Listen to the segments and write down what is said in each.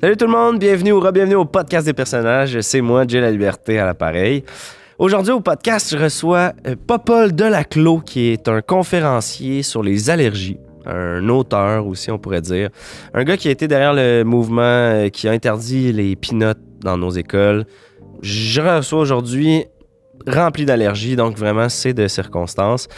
Salut tout le monde, bienvenue ou re-bienvenue au podcast des personnages. C'est moi, Jay La Liberté, à l'appareil. Aujourd'hui au podcast, je reçois euh, Popol Delaclos, qui est un conférencier sur les allergies. Un auteur aussi, on pourrait dire. Un gars qui a été derrière le mouvement euh, qui a interdit les pinottes dans nos écoles. Je reçois aujourd'hui rempli d'allergies, donc vraiment c'est de circonstances.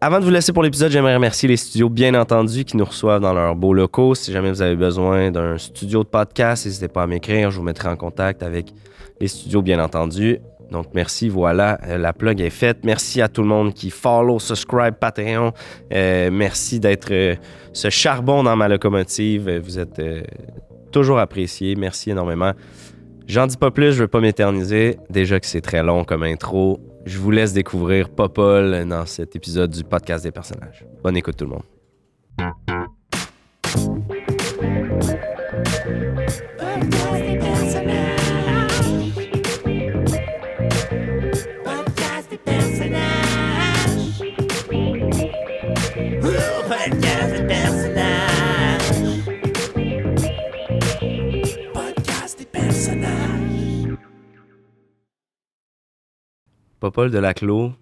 Avant de vous laisser pour l'épisode, j'aimerais remercier les studios, bien entendu, qui nous reçoivent dans leurs beaux locaux. Si jamais vous avez besoin d'un studio de podcast, n'hésitez pas à m'écrire. Je vous mettrai en contact avec les studios, bien entendu. Donc, merci. Voilà, euh, la plug est faite. Merci à tout le monde qui follow, subscribe, Patreon. Euh, merci d'être euh, ce charbon dans ma locomotive. Euh, Vous êtes euh, toujours appréciés. Merci énormément. J'en dis pas plus, je veux pas m'éterniser. Déjà que c'est très long comme intro. Je vous laisse découvrir Popol dans cet épisode du podcast des personnages. Bonne écoute tout le monde. Podcast des personnages. Ouh, Podcast des personnages. Podcast des personnages. Popol de Laclos,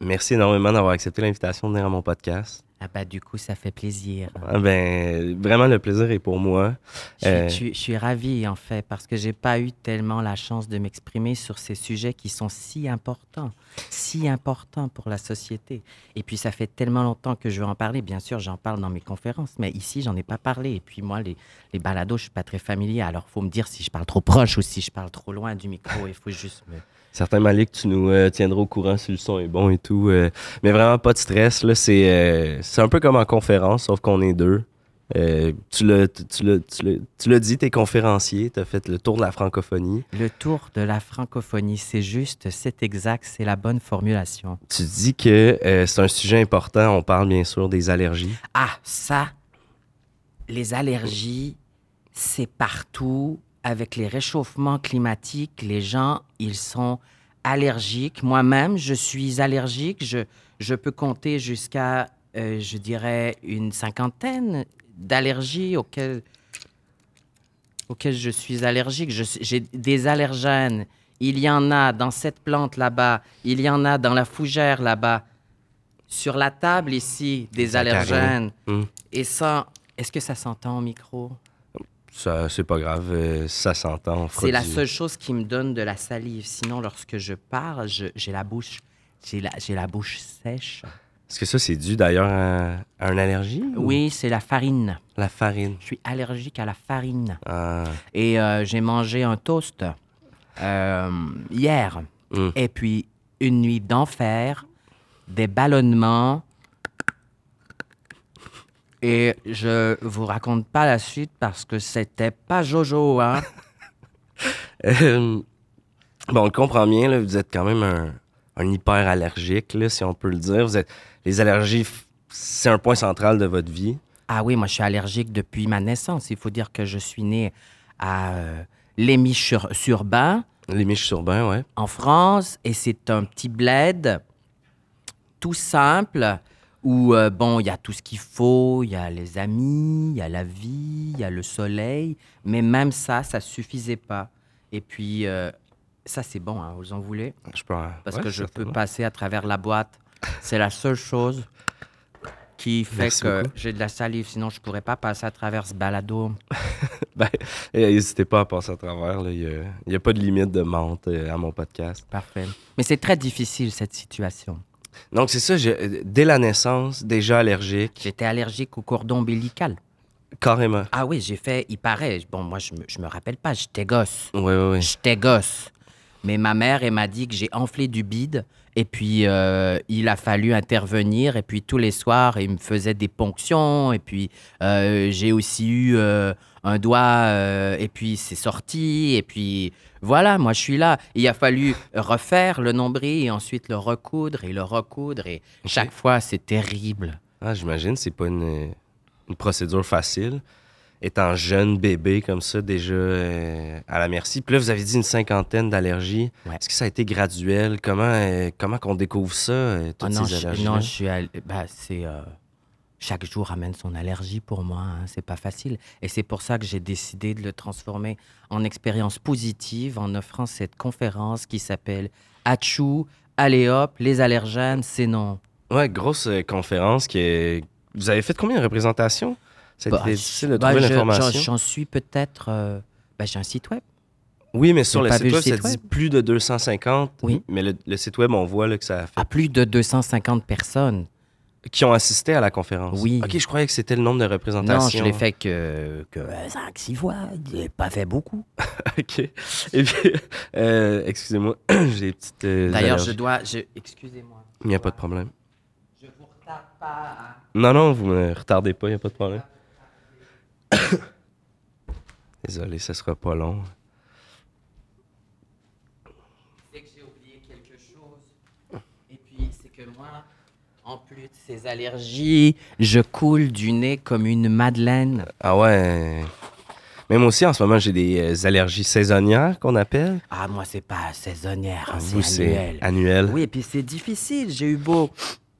merci énormément d'avoir accepté l'invitation de venir à mon podcast. Ah bah du coup, ça fait plaisir. Ah ben, vraiment le plaisir est pour moi. Je, Euh. suis- je- je suis ravie en fait parce que j'ai pas eu tellement la chance de m'exprimer sur ces sujets qui sont si importants, si importants pour la société. Et puis ça fait tellement longtemps que je veux en parler. Bien sûr, j'en parle dans mes conférences, mais ici j'en ai pas parlé. Et puis moi, les, les balados, je suis pas très familier. Alors faut me dire si je parle trop proche ou si je parle trop loin du micro. Il faut juste me. Certains Malik, tu nous euh, tiendras au courant si le son est bon et tout. euh, mais vraiment, pas de stress. là, C'est euh, c'est un peu comme en conférence, sauf qu'on est deux. Euh, tu l'as tu- tu l'as- tu l'as- tu l'as dit, t'es conférencier, t'as fait le tour de la francophonie. Le tour de la francophonie, c'est juste, c'est exact, c'est la bonne formulation. Tu dis que euh, c'est un sujet important. On parle bien sûr des allergies. Ah, ça, les allergies, c'est partout. Avec les réchauffements climatiques, les gens, ils sont allergiques. Moi-même, je suis allergique. Je, je peux compter jusqu'à, euh, je dirais, une cinquantaine d'allergies auxquelles, auxquelles je suis allergique. Je suis- J'ai des allergènes. Il y en a dans cette plante là-bas. Il y en a dans la fougère là-bas. Sur la table ici, des allergènes. Hmm. Et ça, est-ce que ça s'entend au micro? Ça, c'est pas grave. euh, ça s'entend. on fera C'est la du- seule chose qui me donne de la salive. Sinon, lorsque je parle, je- j'ai la bouche. J'ai la, j'ai la bouche sèche. Est-ce que ça, c'est dû d'ailleurs à, à une allergie? ou Oui, c'est la farine. La farine. Je suis allergique à la farine. Ah, Et euh, j'ai mangé un toast euh, hier. Mm. Et puis, une nuit d'enfer, des ballonnements. Et je vous raconte pas la suite parce que c'était pas Jojo, hein? Euh, bon, on le comprend bien, là, vous êtes quand même un, un hyper allergique, là, si on peut le dire. Vous êtes, les allergies, f- c'est un point central de votre vie. Ah oui, moi je suis allergique depuis ma naissance. Il faut dire que je suis né à euh, Lémy-sur-Bain, Les miches sur bain, ouais. en France, et c'est un petit bled tout simple où, euh, bon, il y a tout ce qu'il faut, il y a les amis, il y a la vie, il y a le soleil, mais même ça, ça suffisait pas. Et puis, euh, ça c'est bon, hein, vous en voulez Je peux en- parce ouais, que je peux certainement. passer à travers la boîte. C'est la seule chose qui fait Merci que beaucoup. j'ai de la salive, sinon je pourrais pas passer à travers ce balado. Ben, eh, N'hésitez pas à passer à travers, là, il n'y a, pas de limite de menthe euh, à mon podcast. Parfait. Mais c'est très difficile cette situation. Donc, c'est ça, j'ai- euh, dès la naissance, déjà allergique, J'étais allergique au cordon ombilical. carrément. Ah oui, j'ai fait, il paraît, bon moi je me, je me rappelle pas, j'étais gosse. Oui, oui, oui. J'étais gosse. Mais ma mère, elle m'a dit que j'ai enflé du bide. Et puis, euh, il a fallu intervenir. Et puis, tous les soirs, il me faisait des ponctions. Et puis, euh, j'ai aussi eu euh, un doigt. euh, et puis, c'est sorti. Et puis, voilà, moi, je suis là. Il a fallu refaire le nombril et ensuite le recoudre et le recoudre. Et chaque fois, c'est terrible. Ah, j'imagine, c'est pas une, euh, une procédure facile. Étant jeune bébé comme ça, déjà euh, à la merci. Puis là, vous avez dit une cinquantaine d'allergies. Ouais. Est-ce que ça a été graduel? Comment euh, comment qu'on découvre ça, euh, toutes Ah non, ces je, allergies non, je suis. allé- bah, c'est. euh, chaque jour amène son allergie pour moi. hein, c'est pas facile. Et c'est pour ça que j'ai décidé de le transformer en expérience positive en offrant cette conférence qui s'appelle Achou, allez hop, les allergènes, c'est non. Ouais, grosse euh, conférence qui est... Vous avez fait combien de représentations? Ça a Bah, été difficile de bah, trouver je- l'information. j'en- J'en suis peut-être. euh, bah, j'ai un site web. Oui, mais sur J'ai le pas site vu le web, ça site dit web. plus de 250. Oui. Ah, Mais le, le site web, on voit là, que ça a fait... À plus de 250 personnes. Qui ont assisté à la conférence. Oui. OK, je croyais que c'était le nombre de représentations. Non, je l'ai fait que, que 5-6 fois. J'ai pas fait beaucoup. OK. Et puis, euh, excusez-moi, j'ai des petites... euh, D'ailleurs, allergies. je dois. je- Excusez-moi. Il n'y a pas de problème. Je vous retarde pas. hein. Non, non, vous me retardez pas, il n'y a pas de problème. Désolé, ce sera pas long. C'est que j'ai oublié quelque chose. Et puis, c'est que moi, en plus de ces allergies, je coule du nez comme une madeleine. Ah ouais. Même aussi, en ce moment, j'ai des euh, allergies saisonnières qu'on appelle. Ah, moi, c'est pas saisonnière, hein, Vous, c'est annuel. c'est annuel. Oui, et puis c'est difficile. J'ai eu beau.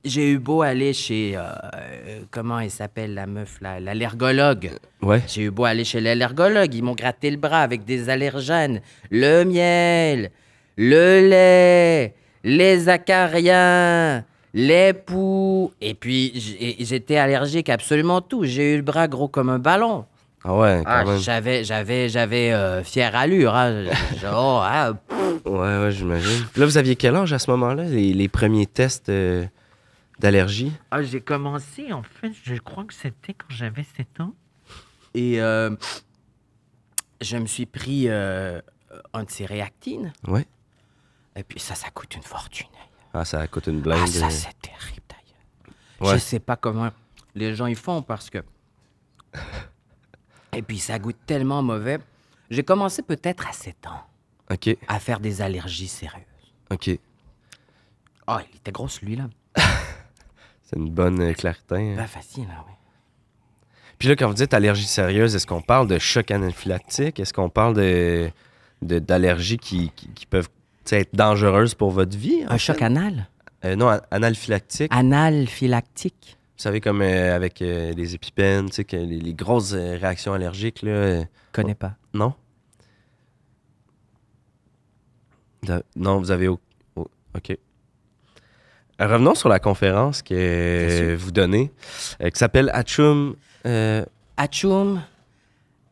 J'ai eu beau aller chez. euh, euh, comment elle s'appelle la meuf là L'allergologue. Ouais. J'ai eu beau aller chez l'allergologue. Ils m'ont gratté le bras avec des allergènes. Le miel, le lait, les acariens, les poux. Et puis j'- et j'étais allergique à absolument tout. J'ai eu le bras gros comme un ballon. Ah ouais, quand Ah, même. j'avais, j'avais, j'avais euh, fière allure. hein. Genre, ah, Ouais, ouais, j'imagine. Là, vous aviez quel âge à ce moment-là, les, les premiers tests euh, d'allergie? Ah, j'ai commencé, en fait, je crois que c'était quand j'avais 7 ans. Et euh, je me suis pris euh, un de ces réactines. Ouais. Et puis ça, ça coûte une fortune. Ah, ça coûte une blinde. Ah, ça, euh. c'est terrible d'ailleurs. Ouais. Je sais pas comment les gens y font parce que. Et puis ça goûte tellement mauvais. J'ai commencé peut-être à 7 ans OK, à faire des allergies sérieuses. OK. Ah, il était gros celui-là. C'est une bonne euh, clartin. hein. Pas facile, hein, oui. Puis là, quand vous dites allergie sérieuse, est-ce qu'on parle de choc anaphylactique? Est-ce qu'on parle de, de- d'allergies qui, qui, qui peuvent tu sais, être dangereuses pour votre vie? en Un choc Ah. fait? anal Euh, non, an- anaphylactique. Analphylactique. Vous savez, comme euh, avec euh, les épipènes, tu sais, que les, les grosses euh, réactions allergiques, là, euh, Connais pas. non? Vous avez- Non, vous avez... au- au- OK. Euh, Revenons sur la conférence que Bien euh, vous donnez, euh, qui s'appelle Achum... euh, Atchoum,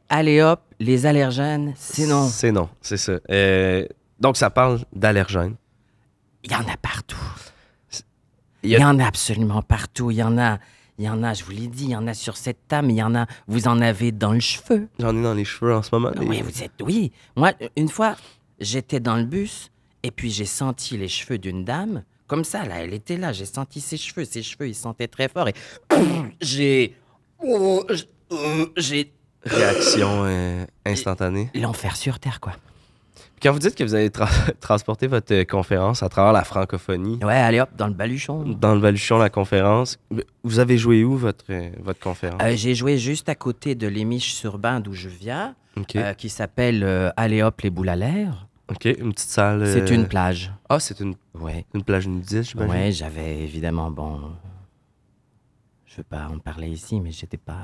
allez hop, les allergènes, sinon, C'est non, c'est ça. Euh, donc, ça parle d'allergènes. il y en a partout. Il Il y y, a- en a absolument partout. Il y en a, il y en a, je vous l'ai dit, il y en a sur cette table, il y en a, vous en avez dans le cheveu. J'en ai dans les cheveux en ce moment. des- Ah Oui, vous êtes, oui. Moi, une fois, j'étais dans le bus et puis j'ai senti les cheveux d'une dame. Comme ça, là, elle était là, j'ai senti ses cheveux. Ses cheveux, ils sentaient très fort et j'ai. oh, euh, J'ai. Réaction euh, instantanée. L'enfer sur terre, quoi. Quand vous dites que vous avez tra- transporté votre euh, conférence à travers la francophonie, Ouais, allez hop, dans le baluchon. dans le Valuchon, la conférence, vous avez joué où votre, euh, votre conférence? Euh, j'ai joué juste à côté de l'émiche sur Bain d'où je viens, OK. euh, qui s'appelle euh, Allez hop les boules à l'air. OK, une petite salle. euh, C'est une plage. Ah, c'est une, Ouais. une plage nudiste, j'imagine. Ouais, j'avais évidemment bon. Je veux pas en parler ici, mais j'étais pas,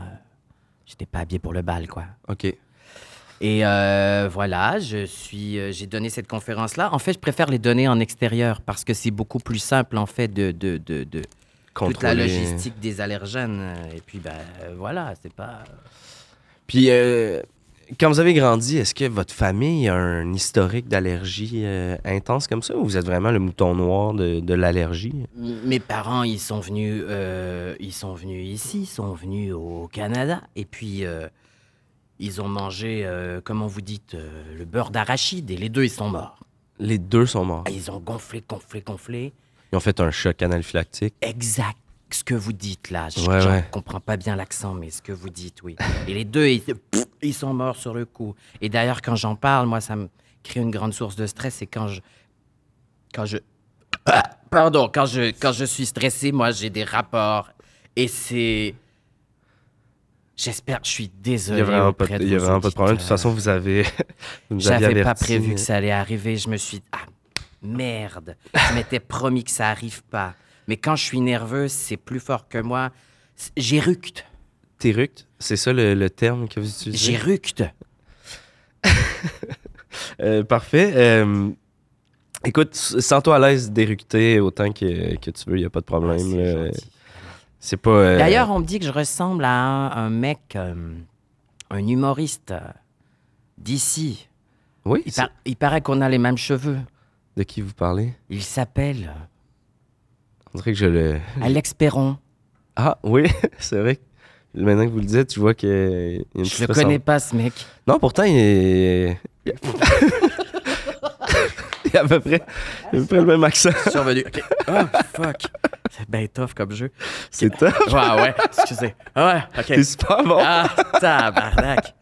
j'étais pas habillé pour le bal, quoi. OK. Et euh, voilà, je suis, euh, j'ai donné cette conférence-là. En fait, je préfère les donner en extérieur parce que c'est beaucoup plus simple, en fait, de, de, de, de toute la Contrôler. logistique des allergènes. Et puis, ben voilà, c'est pas. Puis, euh, quand vous avez grandi, est-ce que votre famille a un historique d'allergie euh, intense comme ça ou vous êtes vraiment le mouton noir de, de l'allergie? M- Mes parents, ils sont venus, euh, ils sont venus ici, ils sont venus au Canada, et puis euh, ils ont mangé, euh, comment vous dites, euh, le beurre d'arachide, et les deux, ils sont morts. Les deux sont morts. Ah, Ils ont gonflé, gonflé, gonflé. Ils ont fait un choc anaphylactique. Exact. Ce que vous dites là, je, Ouais, je ouais. comprends pas bien l'accent, mais ce que vous dites, oui. Et les deux, ils, pff, ils sont morts sur le coup. Et d'ailleurs, quand j'en parle, moi, ça me crée une grande source de stress. Et quand je, quand je, pardon, quand je, quand je suis stressé, moi, j'ai des rapports. Et c'est, j'espère, je suis Il désolé. n'y a vraiment, pas auprès de, de il y a vos vraiment pas de problème. De toute auditeurs. façon, vous avez. vous nous aviez J'avais pas averti. prévu que ça allait arriver. Je me suis ah merde. Je m'étais promis que ça arrive pas. Mais quand je suis nerveux, c'est plus fort que moi. c- j'éructe. Téructe, c'est ça le, le terme que vous utilisez? J'éructe. Euh, parfait. Euh, écoute, s- sens-toi à l'aise d'éructer autant que, que tu veux, il n'y a pas de problème. euh, c'est pas. euh, Ah, D'ailleurs, on me dit que je ressemble à un, un mec, euh, un humoriste euh, d'ici. oui, Il, c'est- par- il paraît qu'on a les mêmes cheveux. de qui vous parlez? Il s'appelle euh, On dirait que je le. Alex Perron. Ah, oui, c'est vrai. que Maintenant que vous le dites, je vois que. euh, il y a une Je petite le connais ressemblance. pas, ce mec. Non, pourtant, il est. il a à peu près, il a à peu près le même accent. Survenu. Oh, fuck. C'est bien tough comme jeu. C'est top. Ouais, ouais, excusez. Ouais, ok. C'est super bon. Ah, tabarnak.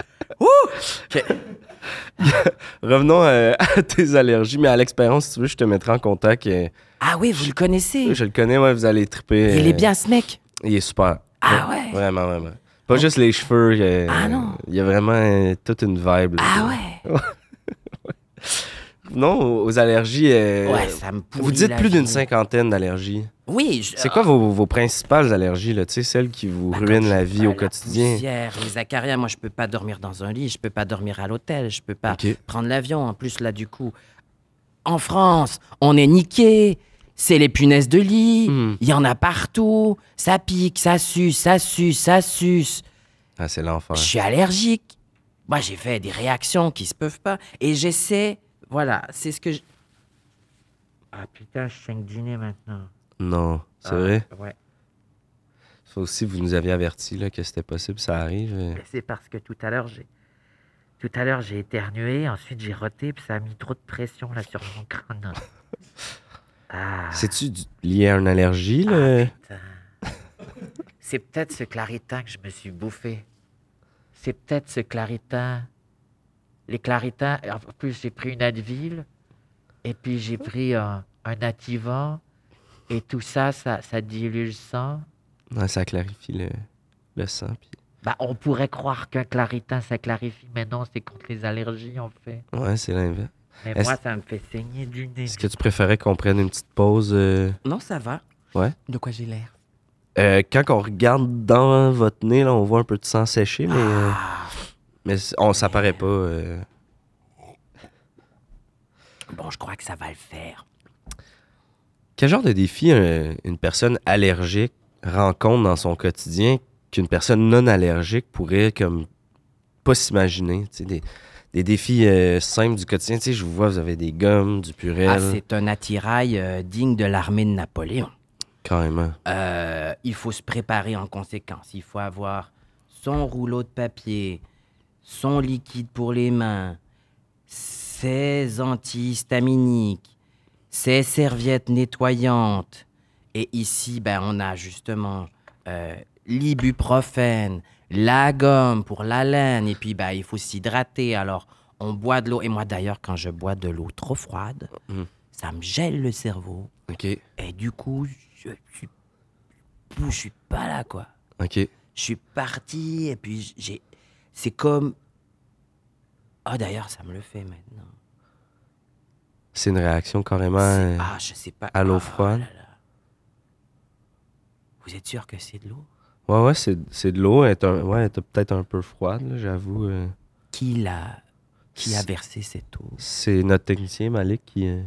Revenons euh, à tes allergies, mais à l'expérience, si tu veux, je te mettrai en contact. euh, Ah oui, vous le connaissez. Je le connais, ouais, vous allez triper. Il euh, est bien, ce mec. Il est super. Ah ouais. Vraiment, vraiment. Pas juste les cheveux. euh, Ah non. Il y a vraiment euh, toute une vibe. là. Ah ouais. Non, aux aux allergies. euh, Ouais, ça me pourrit vous dites la plus d'une vie. cinquantaine d'allergies. Oui. je- Ah. C'est quoi vos, vos principales allergies, là? Tu sais, celles qui vous ruinent la vie Ah, au quotidien? poussière, les acariens, moi je peux pas dormir dans un lit, je peux pas dormir à l'hôtel, je peux pas Ok. prendre l'avion. En plus là du coup, en France, on est niqué. C'est les punaises de lit, il Hmm. y en a partout, ça pique, ça suce, ça suce, ça suce. Ah, c'est l'enfer. Je suis allergique. Moi j'ai fait des réactions qui se peuvent pas et j'essaie, voilà, c'est ce que je... Ah putain, je sens dîner maintenant. Ah, Non, c'est vrai? Ouais, Ça aussi, vous nous aviez averti là, que c'était possible, ça arrive. euh. c'est parce que tout à l'heure j'ai... Tout à l'heure, j'ai éternué, ensuite j'ai roté, puis ça a mis trop de pression là sur mon crâne. Ah, C'est-tu du- lié à une allergie, là? c'est peut-être ce clarita que je me suis bouffé. C'est peut-être ce clarita. Les clarita, en plus j'ai pris une Advil, et puis j'ai pris un, un Ativan, et tout ça, ça, ça dilue le sang. Ouais, Ah, ça clarifie le, le sang. puis- Bah, on pourrait croire qu'un clarita, ça clarifie, mais non, c'est contre les allergies en fait. Ouais, c'est l'inverse. Mais Est-ce- moi, ça me fait saigner du nez. Est-ce que tu préférais qu'on prenne une petite pause? euh? Non, ça va. Ouais. De quoi j'ai l'air Euh, quand on regarde dans votre nez, là, on voit un peu de sang séché, Ah, mais, euh, mais c- on s'apparaît pas. euh. Bon, je crois que ça va le faire. Quel genre de défi euh, une personne allergique rencontre dans son quotidien qu'une personne non allergique pourrait comme pas s'imaginer? tu sais, Des, des défis euh, simples du quotidien. Tu sais, je vous vois, vous avez des gommes, du purel. Ah, c'est un attirail euh, digne de l'armée de Napoléon. Carrément. Euh, il faut se préparer en conséquence. Il faut avoir son rouleau de papier, son liquide pour les mains, ses antihistaminiques, ses serviettes nettoyantes. Et ici, ben, on a justement euh, l'ibuprofène, la gomme pour la laine, et puis ben, il faut s'hydrater. Alors, on boit de l'eau. Et moi, d'ailleurs, quand je bois de l'eau trop froide, Mhm. ça me gèle le cerveau. OK. Et du coup, je suis, je suis pas là, quoi. OK. Je suis parti, et puis j'ai. C'est comme. Ah, d'ailleurs, ça me le fait maintenant. C'est une réaction carrément. C'est- euh, Ah, je sais pas. à l'eau Ah, froide. là, là. Vous êtes sûr que c'est de l'eau Ouais, ouais, c'est c'est de l'eau. Elle est un- ouais, elle est peut-être un peu froide, là, j'avoue. euh. Qui l'a. Qui a C'est- versé cette eau C'est notre technicien Malik qui. euh,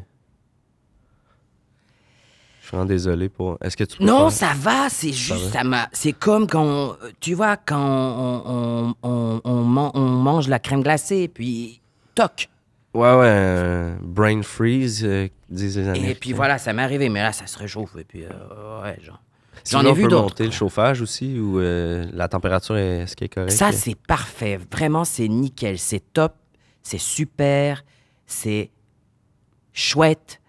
Je suis vraiment désolé pour. Est-ce que tu peux. Non, faire- ça va, c'est juste, va? ça m'a. C'est comme quand, on- tu vois, quand on, on, on, on man- on mange la crème glacée, puis toc. Ouais, ouais. euh, brain freeze, euh, disent les Et Américains. puis voilà, ça m'est arrivé, mais là, ça se réchauffe, et puis, euh, ouais, genre. Sinon, J'en ai on vu peut d'autres, monter le quoi. chauffage aussi ou euh, la température est, est-ce qu'elle est correcte? Ça, c'est parfait. Vraiment, c'est nickel. C'est top. C'est super. C'est chouette.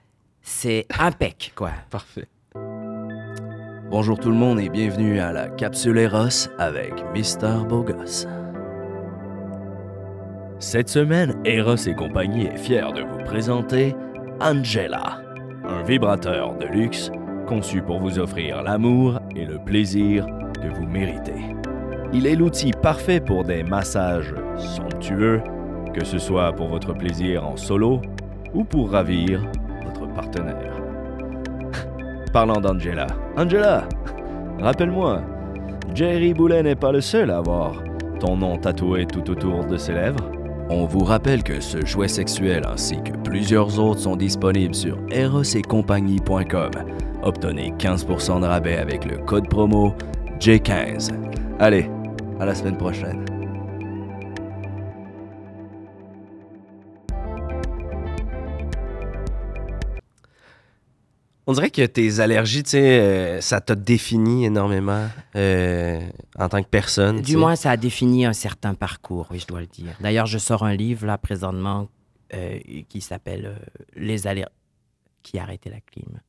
C'est impec, quoi. Parfait. Bonjour tout le monde et bienvenue à la Capsule Eros avec Mister Bogos. Cette semaine, Eros et compagnie est fier de vous présenter Angela, un vibrateur de luxe conçu pour vous offrir l'amour et le plaisir que vous méritez. Il est l'outil parfait pour des massages somptueux, que ce soit pour votre plaisir en solo ou pour ravir votre partenaire. Parlant d'Angela. Angela, rappelle-moi, Jerry Boulet n'est pas le seul à avoir ton nom tatoué tout autour de ses lèvres. On vous rappelle que ce jouet sexuel ainsi que plusieurs autres sont disponibles sur erosetcompagnie.com. Obtenez 15% de rabais avec le code promo J15. Allez, à la semaine prochaine. On dirait que tes allergies, tu sais, euh, ça t'a défini énormément euh, en tant que personne. tu Du sais. moins, ça a défini un certain parcours, oui, je dois le dire. D'ailleurs, je sors un livre, là, présentement, euh, qui s'appelle euh, Les allergies qui a arrêté la clim.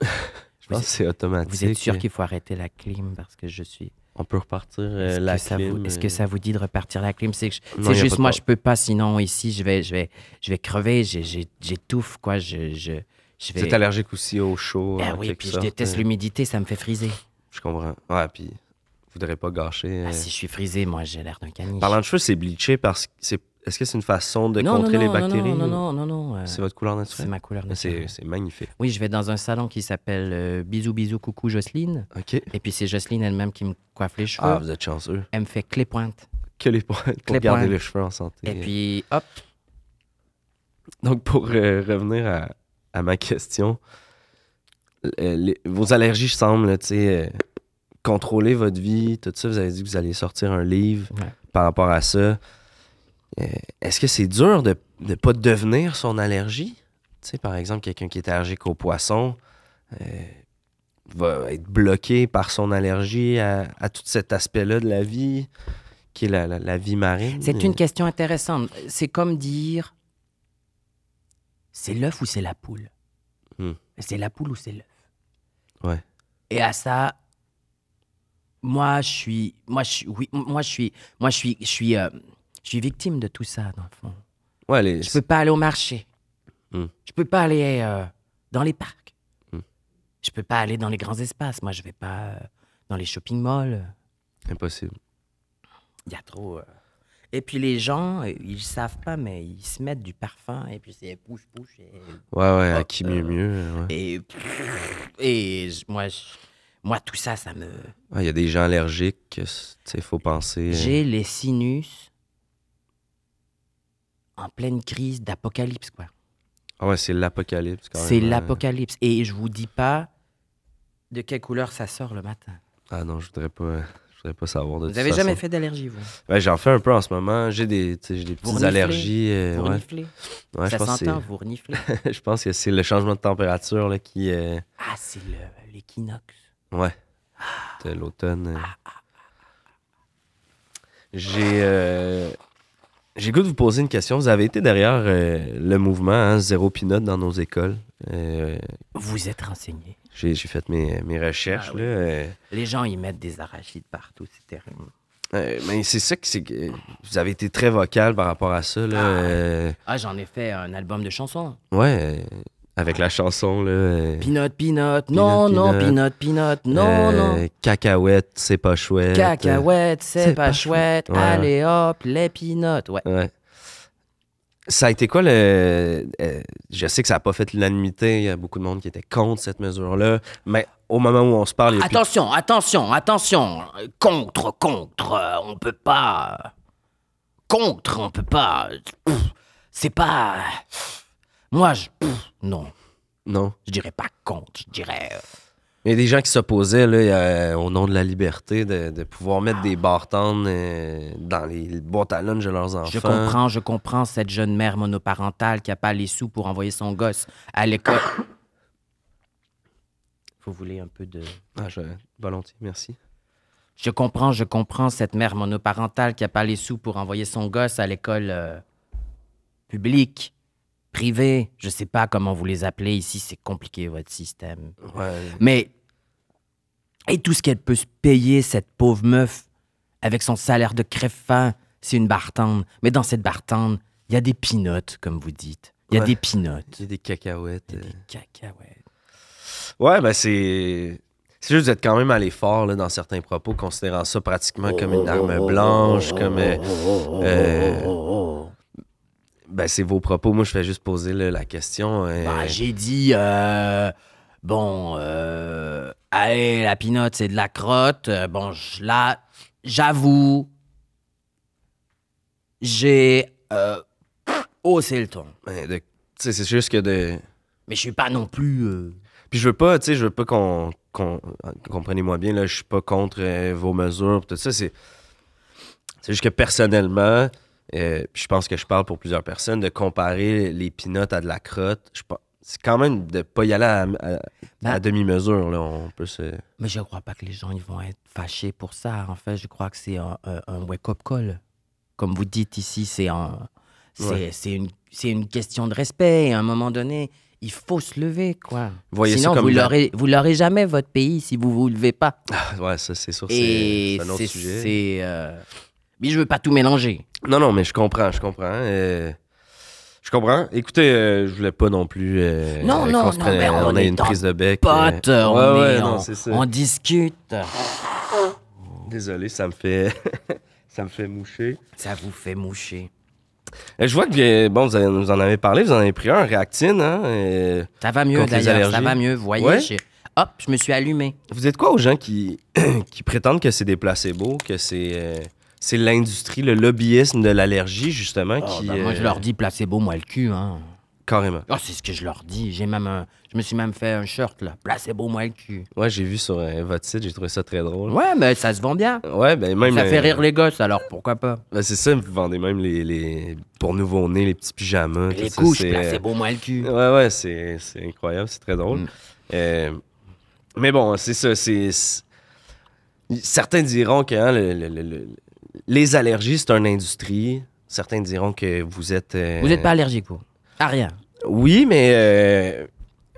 Je pense que c'est automatique. euh, Vous êtes sûr qu'il faut arrêter la clim parce que je suis. On peut repartir euh, Est-ce la que, ça clim, vous- est-ce euh, que ça vous dit de repartir la clim C'est que je- Non, c'est y a pas juste de moi, problème. je peux pas, sinon ici, je vais, je vais, je vais crever, j'ai- j'ai- j'étouffe, quoi. Je, je, je T'es vais. euh. allergique aussi au chaud. Ah en oui, quelque puis je sorte, déteste euh, l'humidité, ça me fait friser. Je comprends. Ouais, puis je voudrais pas gâcher. euh, Ah, si je suis frisé, moi, j'ai l'air d'un caniche. Parlant de cheveux, c'est bleaché parce que c'est. Est-ce que c'est une façon de Non, non, contrer non, les non, bactéries Non, non, ou- non, non, non, euh, C'est votre couleur c'est naturelle. ma couleur. C'est naturelle. c'est magnifique. Oui, je vais dans un salon qui s'appelle euh, Bisous Bisous Coucou Jocelyne. Ok. Et puis c'est Jocelyne elle-même qui me coiffe les cheveux. Ah, vous êtes chanceux. Elle me fait clé pointe. Que les points pour les garder points. les cheveux en santé. Et puis hop, Donc, pour euh, revenir à, à ma question, euh, les- vos allergies, je semble, tu sais, euh, contrôler votre vie, tout ça, vous avez dit que vous allez sortir un livre Ouais. par rapport à ça. Euh, Est-ce que c'est dur de ne pas devenir son allergie? Tu sais, par exemple, quelqu'un qui est allergique aux poissons euh, va être bloqué par son allergie à, à tout cet aspect-là de la vie, qui est la, la- la vie marine. c'est une question intéressante. C'est comme dire c'est l'œuf ou c'est la poule Hmm. C'est la poule ou c'est l'œuf Ouais. Et à ça moi je suis moi je suis oui, moi je suis moi je suis je suis euh, je suis victime de tout ça dans le fond. Ouais, les- Je peux pas aller au marché. Hmm. Je peux pas aller euh, dans les parcs. Hmm. Je peux pas aller dans les grands espaces. Moi, je vais pas euh, dans les shopping malls. impossible. Il y a trop. euh. Et puis les gens, euh, ils savent pas, mais ils se mettent du parfum et puis c'est pouche pouche et, Ouais, ouais, Ah, à qui euh, mieux mieux. ouais. et, et je- moi, je- moi tout ça, ça me. Ah, Il y a des gens allergiques, que c- tu sais, il faut penser. euh, J'ai les sinus en pleine crise d'apocalypse quoi. Ah ouais, c'est l'apocalypse quand même. hein. C'est ouais. l'apocalypse. Et je vous dis pas de quelle couleur ça sort le matin. Ah non, je voudrais pas, je voudrais pas savoir de Vous toute avez jamais façon. fait d'allergie, vous Ouais, j'en fais un peu en ce moment. J'ai des, tu sais, j'ai des petites Vous reniflez? allergies. euh, Vous ouais. reniflez Ouais, je, Ça pense que s'entend, vous reniflez. c'est- je pense que c'est le changement de température là, qui. euh, ah, c'est le- l'équinoxe. Ouais. De l'automne. euh. J'ai. euh, J'ai goût de vous poser une question. Vous avez été derrière euh, le mouvement hein, Zéro Pinot dans nos écoles. Euh, Vous êtes renseigné. J'ai j'ai fait mes, mes recherches. Ah oui. là, euh, Les gens, ils mettent des arachides partout, c'est terrible. euh, mais c'est ça que c'est. que euh, Vous avez été très vocal par rapport à ça. Là, Ah. euh, Ah, j'en ai fait un album de chansons. ouais, euh, avec la chanson. Là, euh, Pinot, pinot, non, non, pinot, peanut. pinot, non, euh, non. Cacahuète, c'est pas chouette. euh, Cacahuètes, c'est c'est pas, pas chouette. chouette. Ouais. Allez hop, les pinottes. Ouais. Euh, ouais. Ça a été quoi le. euh, je sais que ça n'a pas fait l'unanimité. Il y a beaucoup de monde qui était contre cette mesure-là. Mais au moment où on se parle, il y a plus- Attention, attention, attention. Contre, contre, euh, on peut pas. Contre, on peut pas. Pff, C'est pas. Moi, je. pff, Non, Non. je dirais pas contre, je dirais. euh, Il y a des gens qui s'opposaient là, il y a- euh, au nom de la liberté de, de pouvoir mettre des bartendes euh, dans les boîtes à lunch de leurs enfants. Je comprends, je comprends cette jeune mère monoparentale qui a pas les sous pour envoyer son gosse à l'école. Vous voulez un peu de. Ah, je- Volontiers, merci. Je comprends, je comprends cette mère monoparentale qui a pas les sous pour envoyer son gosse à l'école euh, publique, privée. Je sais pas comment vous les appelez ici, c'est compliqué votre système. Ouais. Mais et tout ce qu'elle peut se payer cette pauvre meuf avec son salaire de crève-fin, c'est une bartende. Mais dans cette bartende, il y a des pinottes, comme vous dites. Il y a Ouais. des pinottes. J'ai des cacahuètes. euh. Des cacahuètes. Ouais, ben c'est. C'est juste que vous êtes quand même allé fort là, dans certains propos, considérant ça pratiquement comme une arme blanche, comme. euh, euh, Ben, c'est vos propos. Moi, je fais juste euh, Ben, poser là, la question. euh, Bah, j'ai dit, euh, bon, euh, Allez, la pinotte, c'est de la crotte. Euh, Bon, je- là, j'avoue, j'ai euh, haussé le ton. Mais ben, de- tu sais, c'est juste que de. Mais je suis pas non plus. euh, Puis je veux pas, tu sais, je veux pas qu'on. qu'on- Comprenez-moi bien, là, je suis pas contre euh, vos mesures, pis tout ça. C'est c'est juste que personnellement, euh, puis je pense que je parle pour plusieurs personnes, de comparer les pinottes à de la crotte, je pense- C'est quand même de pas y aller à, à- à Ben- demi-mesure, là. On peut se. Mais je crois pas que les gens ils vont être fâchés pour ça. En fait, je crois que c'est un, un- un wake-up call. Comme vous dites ici, c'est un, c'est, Ouais. c'est une, c'est une question de respect. Et à un moment donné, il faut se lever, quoi. Voyez ça Sinon, comme vous, une- l'aurez, vous l'aurez jamais votre pays si vous vous levez pas. Ouais, ça, c'est sûr, Ah, c'est Et c'est un autre c'est, sujet. c'est, euh, mais je veux pas tout mélanger. Non, non, mais je comprends, je comprends. euh, je comprends. Écoutez, euh, je voulais pas non plus. euh, Non, euh, non, qu'on se non, prenne- mais on on a est une dans prise de bec. euh, Pote, on, ouais, est- ouais, non, on- c'est ça. on discute. Désolé, ça me fait. ça me fait moucher. Ça vous fait moucher. Euh, Je vois que, euh, bon, vous, avez- vous en avez parlé, vous en avez pris un, réactine, hein. euh, Ça va mieux Contre les d'ailleurs, ça allergies. va mieux. Vous voyez, Ouais. j'ai- hop, je me suis allumé. vous dites quoi aux gens qui, qui prétendent que c'est des placebos, que c'est. euh, c'est l'industrie, le lobbyisme de l'allergie, justement, Oh, qui. bah, Moi, je euh, leur dis placebo, moi le cul. Hein. Carrément. Ah, c'est ce que je leur dis. J'ai même un- Je me suis même fait un shirt, là. Placebo, moi le cul. Ouais, j'ai vu sur euh, votre site, j'ai trouvé ça très drôle. Ouais, mais ça se vend bien. Ouais, ben même. Ça fait euh, rire les gosses, alors pourquoi pas? Ben, c'est ça, vous vendez même les, les pour nouveau-nés, les petits pyjamas. Les tout ça, couches, c'est- euh, placebo, moi le cul. Ouais, ouais, c'est c'est incroyable, c'est très drôle. Mm. Euh, mais bon, c'est ça, c'est... c'est- Certains diront que hein, le- le- le- le- les allergies, c'est une industrie. Certains diront que vous êtes... euh, Vous n'êtes pas allergique, vous? À rien. Oui, mais, euh,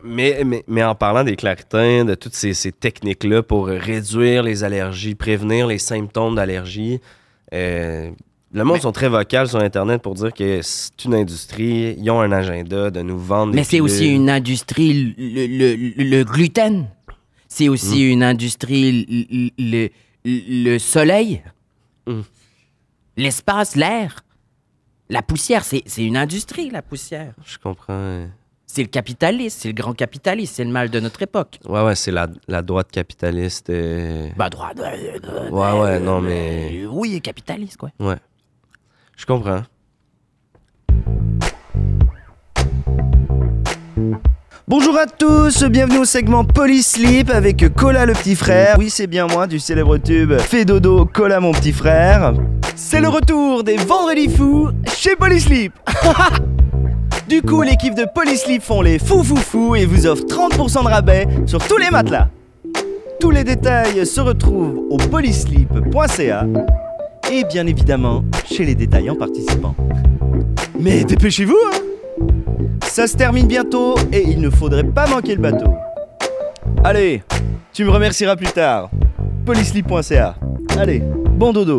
mais, mais, mais en parlant des claritins, de toutes ces, ces techniques-là pour réduire les allergies, prévenir les symptômes d'allergie, euh, le monde sont très vocales sur Internet pour dire que c'est une industrie, ils ont un agenda de nous vendre. des Mais c'est aussi pilules. une industrie, le, le- le- le gluten. C'est aussi Hmm. une industrie, le, le- le- le soleil, Mm. l'espace, l'air. La poussière, c'est c'est une industrie, la poussière. Je comprends. euh. C'est le capitaliste, c'est le grand capitaliste, c'est le mal de notre époque. Ouais, ouais, c'est la, la droite capitaliste. euh, Bah, droit. Ouais, Ouais, ouais, non, mais- euh, Oui, capitaliste, quoi. Ouais. Je comprends. Bonjour à tous, bienvenue au segment Polysleep avec Cola le petit frère. Oui, c'est bien moi du célèbre tube Fais dodo, Cola mon petit frère. C'est le retour des vendredis fous chez Polysleep. du coup, l'équipe de Polysleep font les fous fous fous et vous offre 30% de rabais sur tous les matelas. Tous les détails se retrouvent au polysleep.ca et bien évidemment chez les détaillants participants. Mais dépêchez-vous hein ça se termine bientôt et il ne faudrait pas manquer le bateau. Allez, tu me remercieras plus tard. Policely.ca. Allez, bon dodo.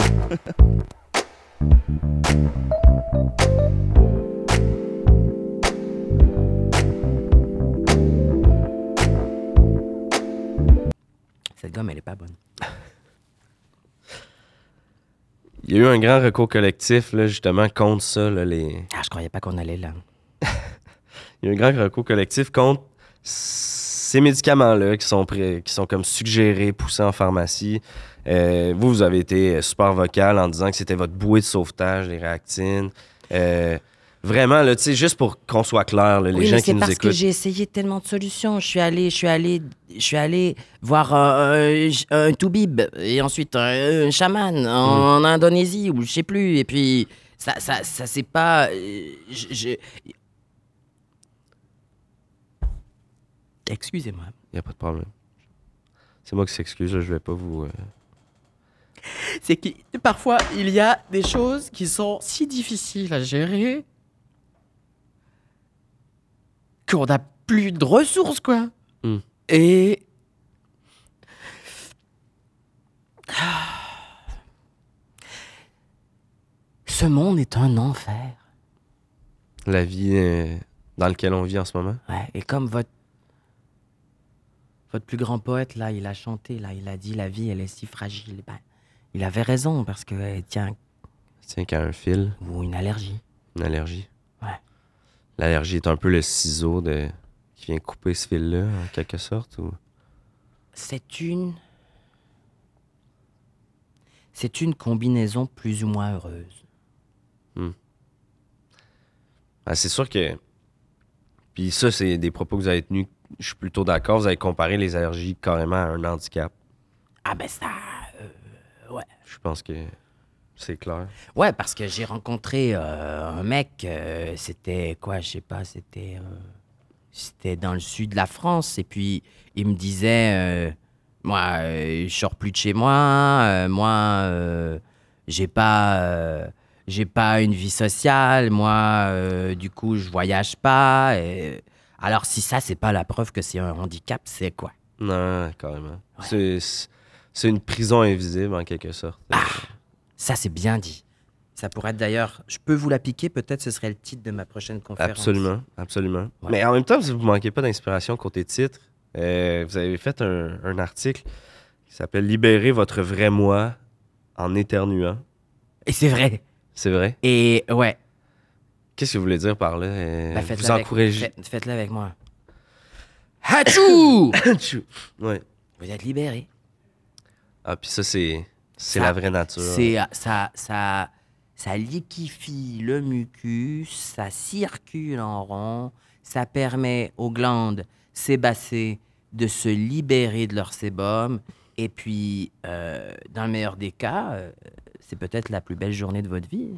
Cette gomme, elle est pas bonne. Il y a eu un grand recours collectif, là, justement, contre ça, là, les... Ah, je croyais pas qu'on allait là. Il y a un grand recours collectif contre ces médicaments-là qui sont, pré- qui sont comme suggérés, poussés en pharmacie. Euh, vous, vous avez été super vocal en disant que c'était votre bouée de sauvetage, les réactines. Euh, vraiment, là, tu sais, juste pour qu'on soit clair, là, les oui, gens mais qui c'est nous parce que écoutent. j'ai essayé tellement de solutions. Je suis allé, je suis allé, je suis allé voir euh, un, un toubib et ensuite euh, un, un Mm. chaman en, Indonésie ou je sais plus. Et puis ça, ça, ça c'est pas. euh, je- je- Excusez-moi. Il n'y a pas de problème. C'est moi qui s'excuse, là, je vais pas vous. euh, c'est que parfois il y a des choses qui sont si difficiles à gérer qu'on n'a plus de ressources, quoi. Hmm. Et. Ce monde est un enfer. La vie euh, dans laquelle on vit en ce moment. Ouais, et comme votre votre plus grand poète là, il a chanté là, il a dit la vie elle est si fragile. Ben, il avait raison parce que elle tient Tiens, qu'à un fil, ou une allergie. une allergie. Ouais. L'allergie est un peu le ciseau de... qui vient couper ce fil-là, en quelque sorte. Ou... C'est une. C'est une combinaison plus ou moins heureuse. Ah, c'est sûr que. Puis ça, c'est des propos que vous avez tenus. Je suis plutôt d'accord. Vous avez comparé les allergies carrément à un handicap. Ah ben ça. Je pense que c'est clair. Ouais, parce que j'ai rencontré euh, un mec, euh, c'était quoi, je sais pas, c'était. euh, c'était dans le sud de la France, et puis il me disait euh, Moi, euh, je sors plus de chez moi, euh, moi, euh, j'ai pas. euh, j'ai pas une vie sociale, moi, euh, du coup, je voyage pas. et- Alors, si ça, c'est pas la preuve que c'est un handicap, c'est quoi Non, carrément. C'est- C'est une prison invisible, en quelque sorte. Ça, c'est bien dit. Ça pourrait être d'ailleurs, je peux vous la piquer, peut-être ce serait le titre de ma prochaine conférence. Absolument, absolument. Ouais. Mais en même temps, si vous ne manquez pas d'inspiration côté titre, euh, vous avez fait un, un article qui s'appelle Libérer votre vrai moi en éternuant. Et c'est vrai. C'est vrai? Et ouais, Qu'est-ce que vous voulez dire par là? Euh, bah, faites-le vous avec, encouragez. faites- faites-le avec moi. Hachou Ouais. Vous êtes libéré. Ah, puis ça, c'est c'est Ça, la vraie nature. C'est euh, ça, ça, ça liquifie le mucus, ça circule en rond, ça permet aux glandes sébacées de se libérer de leur sébum. Et puis, euh, dans le meilleur des cas, euh, c'est peut-être la plus belle journée de votre vie.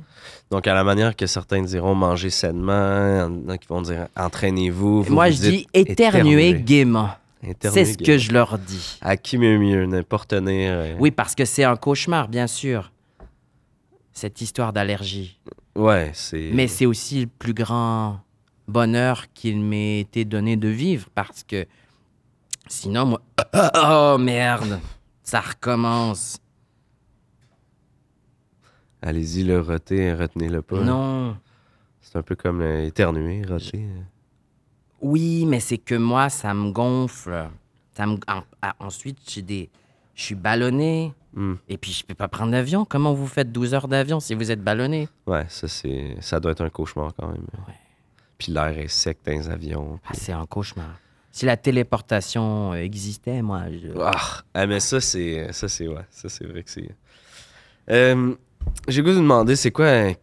Donc, à la manière que certains diront manger sainement, il y en a qui vont dire entraînez-vous. vous, Moi, vous je dis dites éternuer, éternuer. gaiement. Éternuer C'est ce que gaiement. je leur dis. À qui mieux mieux, n'importe tenir. euh, Oui, parce que c'est un cauchemar, bien sûr. Cette histoire d'allergie. Ouais, c'est. Mais c'est aussi le plus grand bonheur qu'il m'ait été donné de vivre parce que sinon, moi. Oh merde! Ça recommence. Allez-y, le roter, retenez-le pas. Non. C'est un peu comme euh, éternuer, roter. Oui, mais c'est que moi, ça me gonfle. Ça me... en- ah, ensuite, j'ai des. Je suis ballonné. Hmm. Et puis, je peux pas prendre d'avion. Comment vous faites 12 heures d'avion si vous êtes ballonné? Ouais, ça, c'est... ça doit être un cauchemar quand même. Puis l'air est sec dans les avions. Ah, c'est un cauchemar. Si la téléportation euh, existait, moi, je... Ah, ah, mais ça, c'est... Ça, c'est... Ouais, ça, c'est vrai que c'est... Euh, j'ai le goût de vous demander, c'est quoi... euh, Tu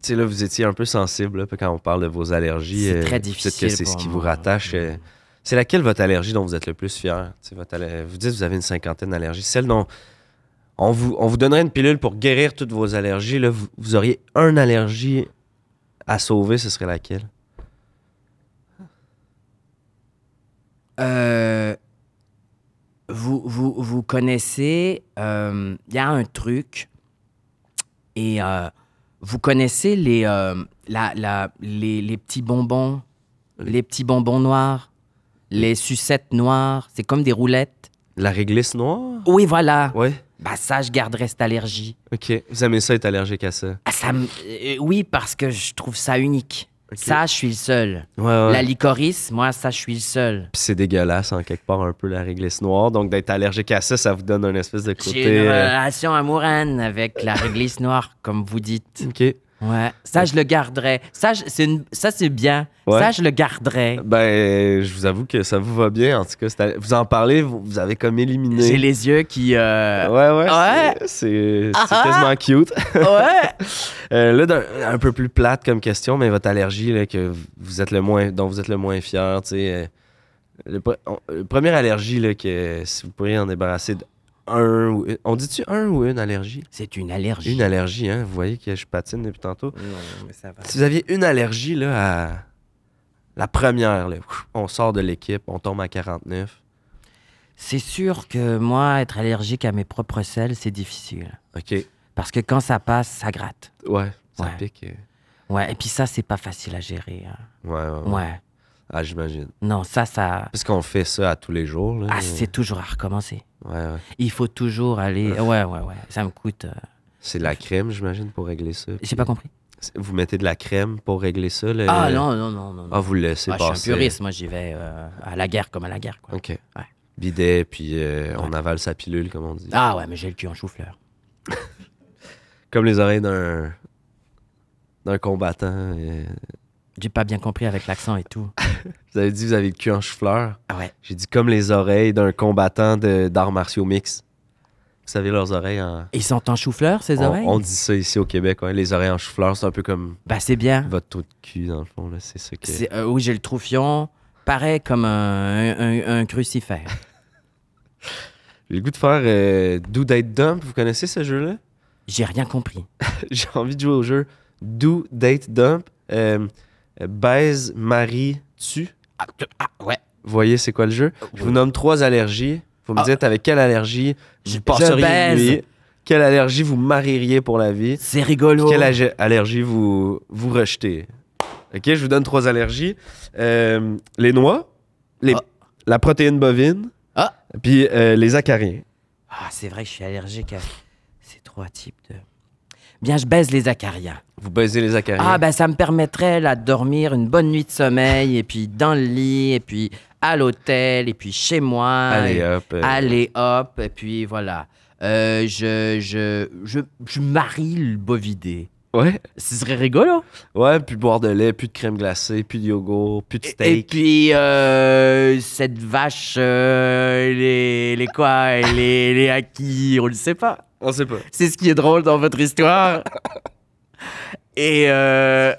sais, là, vous étiez un peu sensible là, quand on parle de vos allergies. C'est euh, très Peut-être que difficile c'est ce pour qui moi. hein. vous rattache. euh, c'est laquelle votre allergie dont vous êtes le plus fier? Tu sais, votre aller- Vous dites que vous avez une cinquantaine d'allergies. Celle dont on vous, on vous donnerait une pilule pour guérir toutes vos allergies. Là, vous, vous auriez une allergie à sauver, ce serait laquelle? Euh, vous, vous, vous connaissez, euh, il y a un truc, et euh, vous connaissez les, euh, la, la- les, les petits bonbons, les petits bonbons noirs, les sucettes noires, c'est comme des roulettes. La réglisse noire? Oui, voilà. Ouais. Bah ça, je garderai cette allergie. Ok. Vous aimez ça être allergique à ça? Ah, ça me- euh, oui, parce que je trouve ça unique. Ok. Ça, je suis le seul. Ouais, ouais. La licorice, moi, ça, je suis le seul. Puis c'est dégueulasse en quelque part un peu la réglisse noire. Donc d'être allergique à ça, ça vous donne un espèce de côté. J'ai une euh, relation amoureuse avec la réglisse noire, comme vous dites. Ok. Ouais. Ça, je le garderai. Ça, je- c'est une- ça, c'est bien. Ouais. Ça, je le garderai. Ben, je vous avoue que ça vous va bien. En tout cas, c'est à- vous en parlez, vous, vous avez comme éliminé. J'ai les yeux qui. euh, Ouais, ouais. Ouais. c'est- C'est Ah c'est ah. quasiment cute. Ouais. Euh, là, d'un- un peu plus plate comme question, mais votre allergie là, que vous êtes le moins, dont vous êtes le moins fier, tu sais. euh, le pre- on- euh, première allergie, là, que si vous pourriez en débarrasser d'un ou une- On dit-tu un ou une allergie? C'est une allergie. Une allergie, hein? Vous voyez que je patine depuis tantôt. Non, non, mais ça va. Si vous aviez une allergie, là, à la première, là, ouf, on sort de l'équipe, on tombe à 49. C'est sûr que moi, être allergique à mes propres selles, c'est difficile. OK. Parce que quand ça passe, ça gratte. Ouais, ça Ouais. pique. euh. Ouais. Et puis ça, c'est pas facile à gérer. hein. Ouais, ouais, ouais. Ouais. Ah, j'imagine. Non, ça, ça. Parce qu'on fait ça à tous les jours, là. Ah, c'est toujours à recommencer. Ouais, ouais. Il faut toujours aller. Ouais, ouais, ouais. Ça me coûte. euh, C'est de la crème, j'imagine, pour régler ça. J'ai pas compris. C'est- Vous mettez de la crème pour régler ça, là? Ah non, non, non, non. non. Ah, vous le laissez Ah, je passer. suis un puriste, moi j'y vais euh, à la guerre comme à la guerre. Quoi. OK. Bidet, puis euh, on Ouais. avale sa pilule, comme on dit. Ah ouais, mais j'ai le cul en chou-fleur. Comme les oreilles d'un... d'un combattant. euh, J'ai pas bien compris avec l'accent et tout. Vous avez dit vous avez le cul en chou-fleur. Ah ouais. J'ai dit comme les oreilles d'un combattant de- d'arts martiaux mix. Vous savez, leurs oreilles en. Ils sont en chou-fleur, ces on, oreilles on dit ça ici au Québec, ouais. les oreilles en chou-fleur, c'est un peu comme Bah, c'est bien. votre trou de cul, dans le fond. là. C'est ça que. C'est- euh, oui, j'ai le troufion. Pareil comme un, un- un crucifère. J'ai le goût de faire euh, Do Date Dump. Vous connaissez ce jeu-là? J'ai rien compris. J'ai envie de jouer au jeu Do Date Dump. Euh, euh, baise, Marie, tue. Ah, ouais. Voyez, c'est quoi le jeu? Je vous nomme trois allergies. Vous me Ah. dites avec quelle allergie Je- vous passeriez je une baise. nuit, quelle allergie vous marieriez pour la vie. C'est rigolo. Quelle ag- allergie vous, vous rejetez? OK, je vous donne trois allergies. Euh, les noix, les- Ah. la protéine bovine, Ah. puis euh, les acariens. Ah, c'est vrai, je suis allergique à ces trois types de. Bien, je baise les acariens. Vous baisez les acariens. Ah, ben ça me permettrait là, de dormir une bonne nuit de sommeil, et puis dans le lit, et puis à l'hôtel, et puis chez moi. Allez et- hop. euh, Allez hop, et puis voilà. Euh, je, je, je, je marie le bovidé. Ouais, Ce serait rigolo. ouais, plus boire de lait, plus de crème glacée, plus de yogourt, plus de Et- steak. Et puis, euh, cette vache, euh, elle est, elle est quoi Elle est, elle est à qui On le sait pas. On sait pas. C'est ce qui est drôle dans votre histoire. Et euh,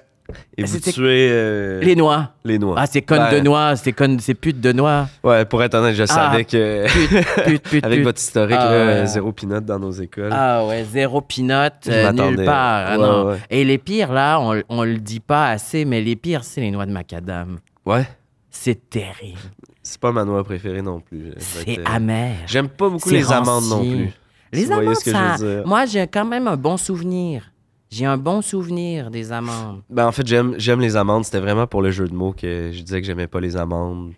Et vous C'était- tuez euh, les noix. les noix. Ah, c'est conne Ouais. de noix, c'est conne, c'est pute de noix. Ouais, pour être honnête, je savais que Pute, pute, pute, avec pute. votre historique, Ah, là, ouais. zéro peanut dans nos écoles. Ah ouais, zéro pinote, Je euh, m'attendais. nulle part. Ah Ouais, non. ouais. Et les pires, là, on, on le dit pas assez, mais les pires, c'est les noix de macadam. Ouais, C'est terrible. c'est pas ma noix préférée non plus. Fait que, C'est euh, amer. J'aime pas beaucoup C'est les amandes non ranci. plus. Si Les vous voyez amandes, ce que ça- je veux dire. Moi, j'ai quand même un bon souvenir. J'ai un bon souvenir des amandes. Ben, en fait, j'aime, j'aime les amendes. C'était vraiment pour le jeu de mots que je disais que j'aimais pas les amendes.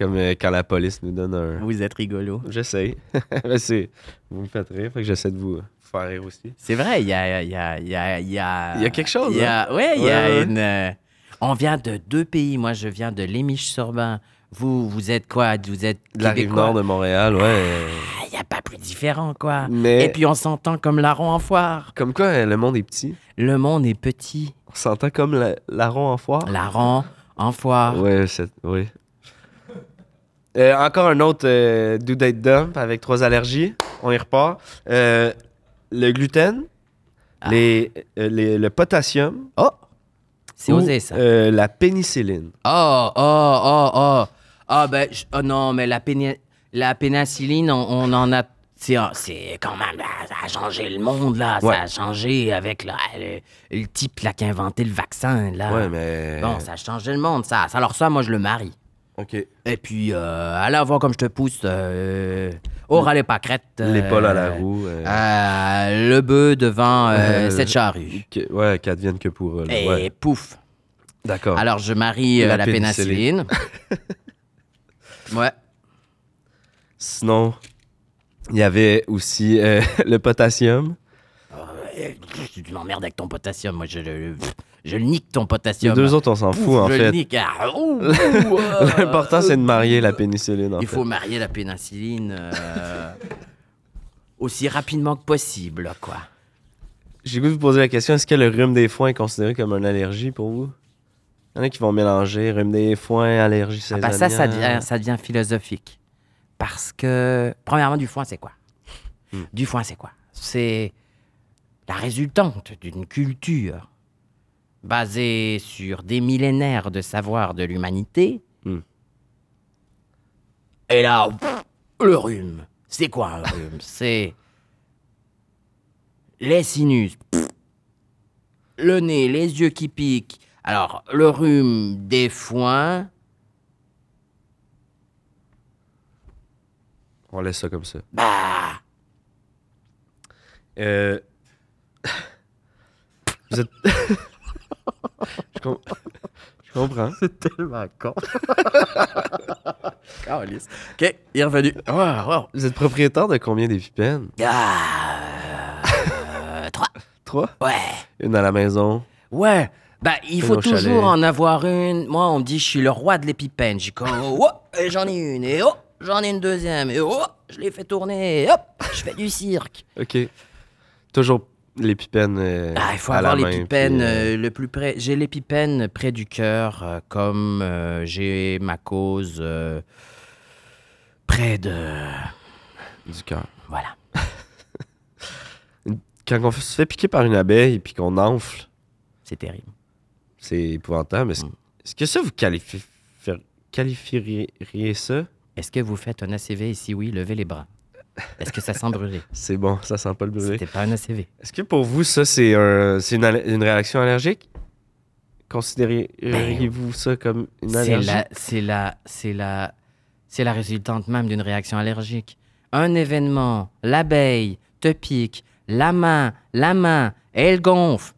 Comme euh, quand la police nous donne un. Vous êtes rigolo. J'essaie. Mais c'est- Vous me faites rire, fait que j'essaie de vous faire rire aussi. C'est vrai, il y a, il y, a, il y, a, il y, a, Il y a quelque chose, hein? il y a- Ouais, il y a Ouais, ouais. une. euh, on vient de deux pays. Moi, je viens de l'Émiche-sur-Bain. Vous, vous êtes quoi Vous êtes De la rive Québécois. nord de Montréal, ouais. euh, Ah, Il n'y a pas plus différent, quoi. Mais- Et puis, on s'entend comme larron en foire. Comme quoi, euh, le monde est petit. Le monde est petit. On s'entend comme la, l'aron en foire. Larron en foire. Ouais, c'est. Oui. Euh, encore un autre euh, do date dump avec trois allergies. On y repart. Euh, le gluten, Ah. Oh, les, euh, les- le potassium. C'est ou, osé, ça. euh, la pénicilline. Oh, oh, oh, oh. Ah, ben, je- oh non, mais la, péni- la pénicilline, on, on en a. C'est oh, c'est quand même. là, ça a changé le monde, là. Ouais. Ça a changé avec là, le, le type là, qui a inventé le vaccin, là. Ouais, mais. Ah. euh, Bon, ça a changé le monde, ça. Alors, ça, moi, je le marie. OK. Et puis, euh, à la voir comme je te pousse, euh, au ras les pâquerettes. euh, Ah, L'épaule à la roue. euh, euh, le bœuf devant euh, Euh, cette charrue. que- ouais, qu'advienne que pour eux. là, Et Ouais, pouf. d'accord. Alors, je marie euh, La la, pénicilline. pénicilline. ouais. Sinon, il y avait aussi euh, le potassium. Tu m'emmerdes avec ton potassium. Moi, je le, je le nique ton Les potassium. deux autres, on s'en Pouf, fout, en bah. je fait. le nique. Ah, ouh, ouh, euh, L'important, c'est de marier la pénicilline, en Il fait. faut marier la pénicilline euh, aussi rapidement que possible, quoi. J'ai goût de vous poser la question, est-ce que le rhume des foins est considéré comme une allergie pour vous? Il y en a qui vont mélanger rhume des foins, allergie saisonnière. Ah, bah, ça, ça devient, ça devient philosophique. Parce que, premièrement, du foin, c'est quoi Du foin, c'est quoi C'est la résultante d'une culture basée sur des millénaires de savoir de l'humanité. Hmm. Et là, pff, le rhume. C'est quoi un rhume C'est les sinus, pff, le nez, les yeux qui piquent. Alors, le rhume des foins, On laisse ça comme ça. bah, Euh... vous êtes... Je, com- Je comprends. Carlis. Ok, il est revenu. Oh, Wow, wow. Vous êtes propriétaire de combien d'épipènes? Ah, euh, trois. Trois? Ouais. Une à la maison. Ouais. Bah, il Une faut au chalet. toujours en avoir une. Moi, on me dit, je suis le roi de l'épipène. J'ai comme, oh, et j'en ai une. Et oh, j'en ai une deuxième. Et oh, je l'ai fait tourner. Et hop, je fais du cirque. OK. Toujours l'épipène. euh, Ah, il faut à la avoir main, l'épipène puis, euh, euh, le plus près. J'ai l'épipène près du cœur, euh, comme euh, j'ai ma cause euh, près de. du cœur. Voilà. Quand on se fait piquer par une abeille et puis qu'on enfle, C'est terrible. c'est épouvantable. Est-ce Mm. est-ce que ça, vous qualifi- fer- qualifieriez ça? Est-ce que vous faites un ACV et si oui, levez les bras. Est-ce que ça sent brûler C'est bon, ça sent pas le brûler. C'était pas un ACV. Est-ce que pour vous, ça, c'est un- c'est une, al- une réaction allergique? Considérez-vous ça comme une Ben, C'est allergie? la, c'est la, c'est la, c'est la résultante même d'une réaction allergique. Un événement, l'abeille te pique, la main, la main, elle gonfle.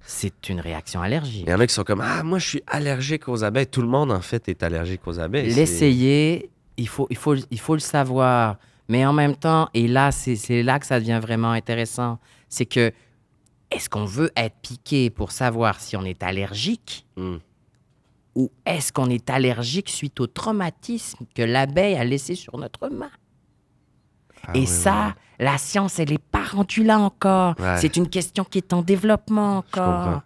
C'est une réaction allergique. Il y en a qui sont comme Ah, moi, je suis allergique aux abeilles. Tout le monde, en fait, est allergique aux abeilles. C'est- L'essayer, il faut, il, faut, il faut le savoir. Mais en même temps, et là, c'est c'est là que ça devient vraiment intéressant, c'est que est-ce qu'on veut être piqué pour savoir si on est allergique Hmm. ou est-ce qu'on est allergique suite au traumatisme que l'abeille a laissé sur notre main? Ah Et ouais, ça, ouais. la science, elle est pas rendue là encore. Ouais. C'est une question qui est en développement Je encore. comprends.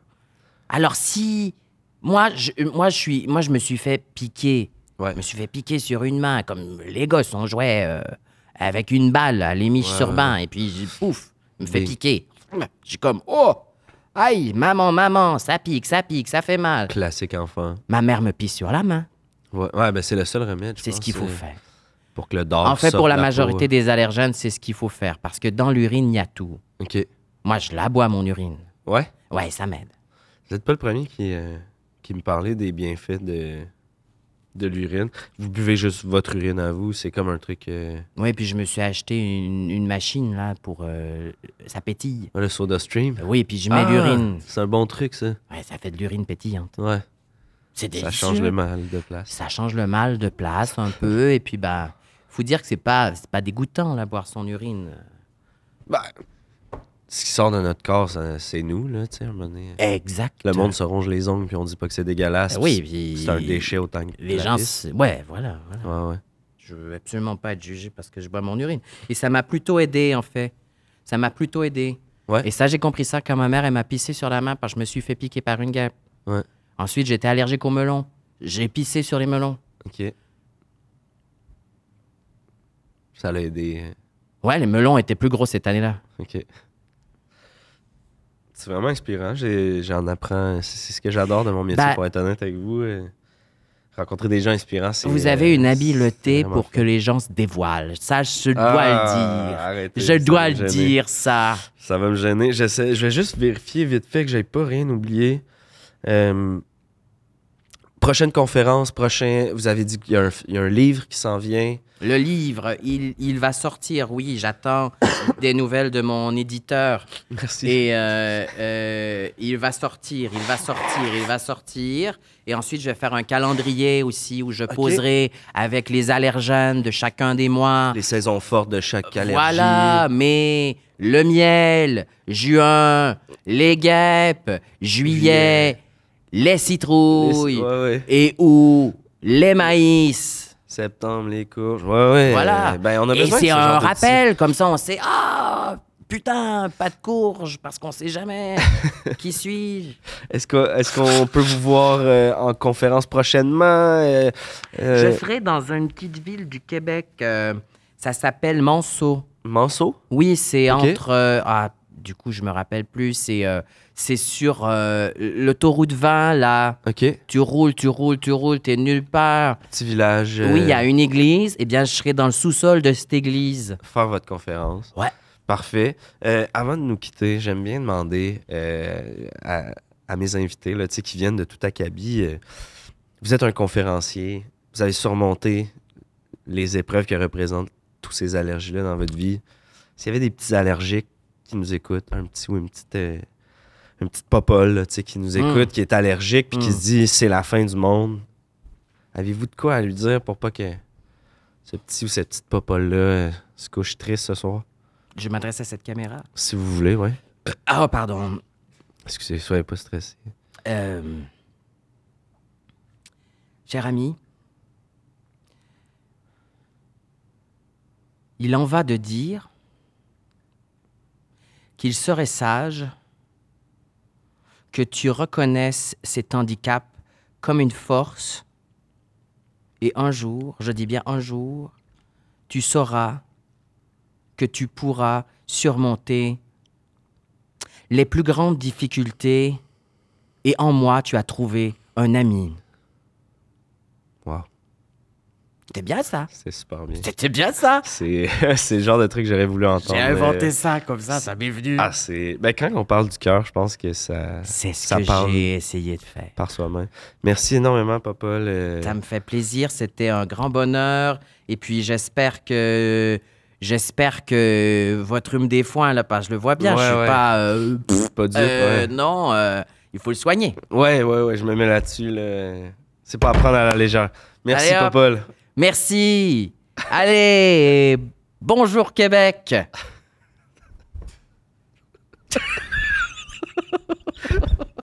Alors si moi, je, moi, je suis, moi, je me suis fait piquer. Ouais. Je me suis fait piquer sur une main, comme les gosses, on jouait euh, avec une balle à l'émiche Ouais, sur ouais. bain, et puis j'ai- pouf, je me fait Des- piquer. Je suis comme oh, aïe, maman, maman, ça pique, ça pique, ça fait mal. Classique enfant. Ma mère me pisse sur la main. Ouais, ouais, ben c'est le seul remède. je C'est ce pense, qu'il faut euh, faire. Pour que le dard. en fait, sorte pour la de peau. majorité des allergènes, c'est ce qu'il faut faire, parce que dans l'urine, il y a tout. hein. Ok. Moi, je la bois, mon urine. Ouais. Ouais, ça m'aide. Vous n'êtes pas le premier qui, euh, qui me parlait des bienfaits de, de l'urine. Vous buvez juste votre urine à vous. C'est comme un truc. euh, Oui, puis je me suis acheté une, une machine, là, pour... euh, ça pétille. le soda stream. Oui, puis je mets Ah, l'urine. C'est un bon truc, ça. Ouais, ça fait de l'urine pétillante. Ouais. C'est Ça délicieux. change le mal de place. Ça change le mal de place un peu, et puis, bah... Faut dire que c'est pas, c'est pas dégoûtant, là, boire son urine. Ce qui sort de notre corps, ça- c'est nous, là, tu sais, à un moment donné. Exact. Le monde se ronge les ongles puis on dit pas que c'est dégueulasse. Ah oui, puis puis... c'est un déchet autant que Les la gens... pisse. se- Ouais, voilà, voilà. Ouais, ouais. Je veux absolument pas être jugé parce que je bois mon urine. Et ça m'a plutôt aidé, en fait. Ça m'a plutôt aidé. Ouais. Et ça, j'ai compris ça quand ma mère, elle m'a pissé sur la main parce que je me suis fait piquer par une guêpe. Ouais. Ensuite, j'étais allergique aux melons. J'ai pissé sur les melons. Ok. Ça l'a aidé. euh, Ouais, les melons étaient plus gros cette année-là. Ok. C'est vraiment inspirant. j'ai- J'en apprends. C'est c'est ce que j'adore de mon métier, Bah- pour être honnête avec vous. euh, Rencontrer des gens inspirants, c'est. Vous avez une euh, c'est habileté vraiment pour que fun. les gens se dévoilent. Ça, je dois Ah, le dire. arrêtez, ça Je va dois me le gêner. dire, ça. Ça va me gêner. J'essaie- Je vais juste vérifier vite fait que j'aille pas rien oublié. Euh, Prochaine conférence, prochain. Vous avez dit qu'il y, a un- il y a un livre qui s'en vient. Le livre, il, il va sortir. Oui, j'attends des nouvelles de mon éditeur. Merci. Et euh, euh, il va sortir, il va sortir, il va sortir. Et ensuite, je vais faire un calendrier aussi où je poserai avec les allergènes de chacun des mois. Les saisons fortes de chaque allergie. Voilà, mais le miel, juin, les guêpes, juillet, les Les- citrouilles ouais, ouais. et où les maïs. Septembre, les courges. Ouais, ouais. Voilà. Euh, Ben, on a Et besoin de c'est ce un genre de petits- rappel, comme ça on sait, ah, putain, pas de courge, parce qu'on sait jamais qui suis-je. Est-ce qu'on est-ce qu'on peut vous voir euh, en conférence prochainement? Euh, euh, Je serai dans une petite ville du Québec. euh, ça s'appelle Monceau. Manceau? Oui, c'est Ok. entre. euh, ah, du coup, je me rappelle plus. C'est euh, c'est sur euh, l'autoroute 20, là. OK. Tu roules, tu roules, tu roules, t'es nulle part. Petit village. euh, Oui, il y a une église. Eh bien, je serai dans le sous-sol de cette église. Faire votre conférence. Ouais. Parfait. Euh, avant de nous quitter, j'aime bien demander euh, à, à mes invités là, tu sais, qui viennent de tout acabit. euh, vous êtes un conférencier. Vous avez surmonté les épreuves que représentent tous ces allergies-là dans votre vie. S'il y avait des petits allergiques qui nous écoutent, un petit ou une petite, euh, une petite popole là, tu sais, qui nous Mm. écoute, qui est allergique puis qui Mm. se dit c'est la fin du monde, avez-vous de quoi à lui dire pour pas que ce petit ou cette petite popole-là euh, se couche triste ce soir? Je m'adresse à cette caméra. Si vous voulez, ouais. Ah, pardon. Excusez, soyez pas stressé. Euh, Cher ami, il en va de dire qu'il serait sage que tu reconnaisses cet handicap comme une force et un jour, je dis bien un jour, tu sauras que tu pourras surmonter les plus grandes difficultés et en moi tu as trouvé un ami. Wow. C'était bien ça. C'est super bien. C'était bien ça. C'est c'est le genre de truc que j'aurais voulu entendre. J'ai mais- inventé ça comme ça, ça m'est venu. Ah, c'est. Ben, quand on parle du cœur, je pense que ça. C'est ce Ça que parle. j'ai essayé de faire. Par soi-même. Merci énormément, Popol. euh, Ça me fait plaisir, c'était un grand bonheur. Et puis j'espère que j'espère que votre rhume des foins là, parce que je le vois bien, Ouais, je suis ouais. pas, euh, pff, pas dur. euh, ouais. non, euh, il faut le soigner. Ouais, ouais, ouais, je me mets là-dessus. Là. C'est pas à prendre à la légère. Merci, Allez, hop. Popol. Merci. Allez, bonjour Québec.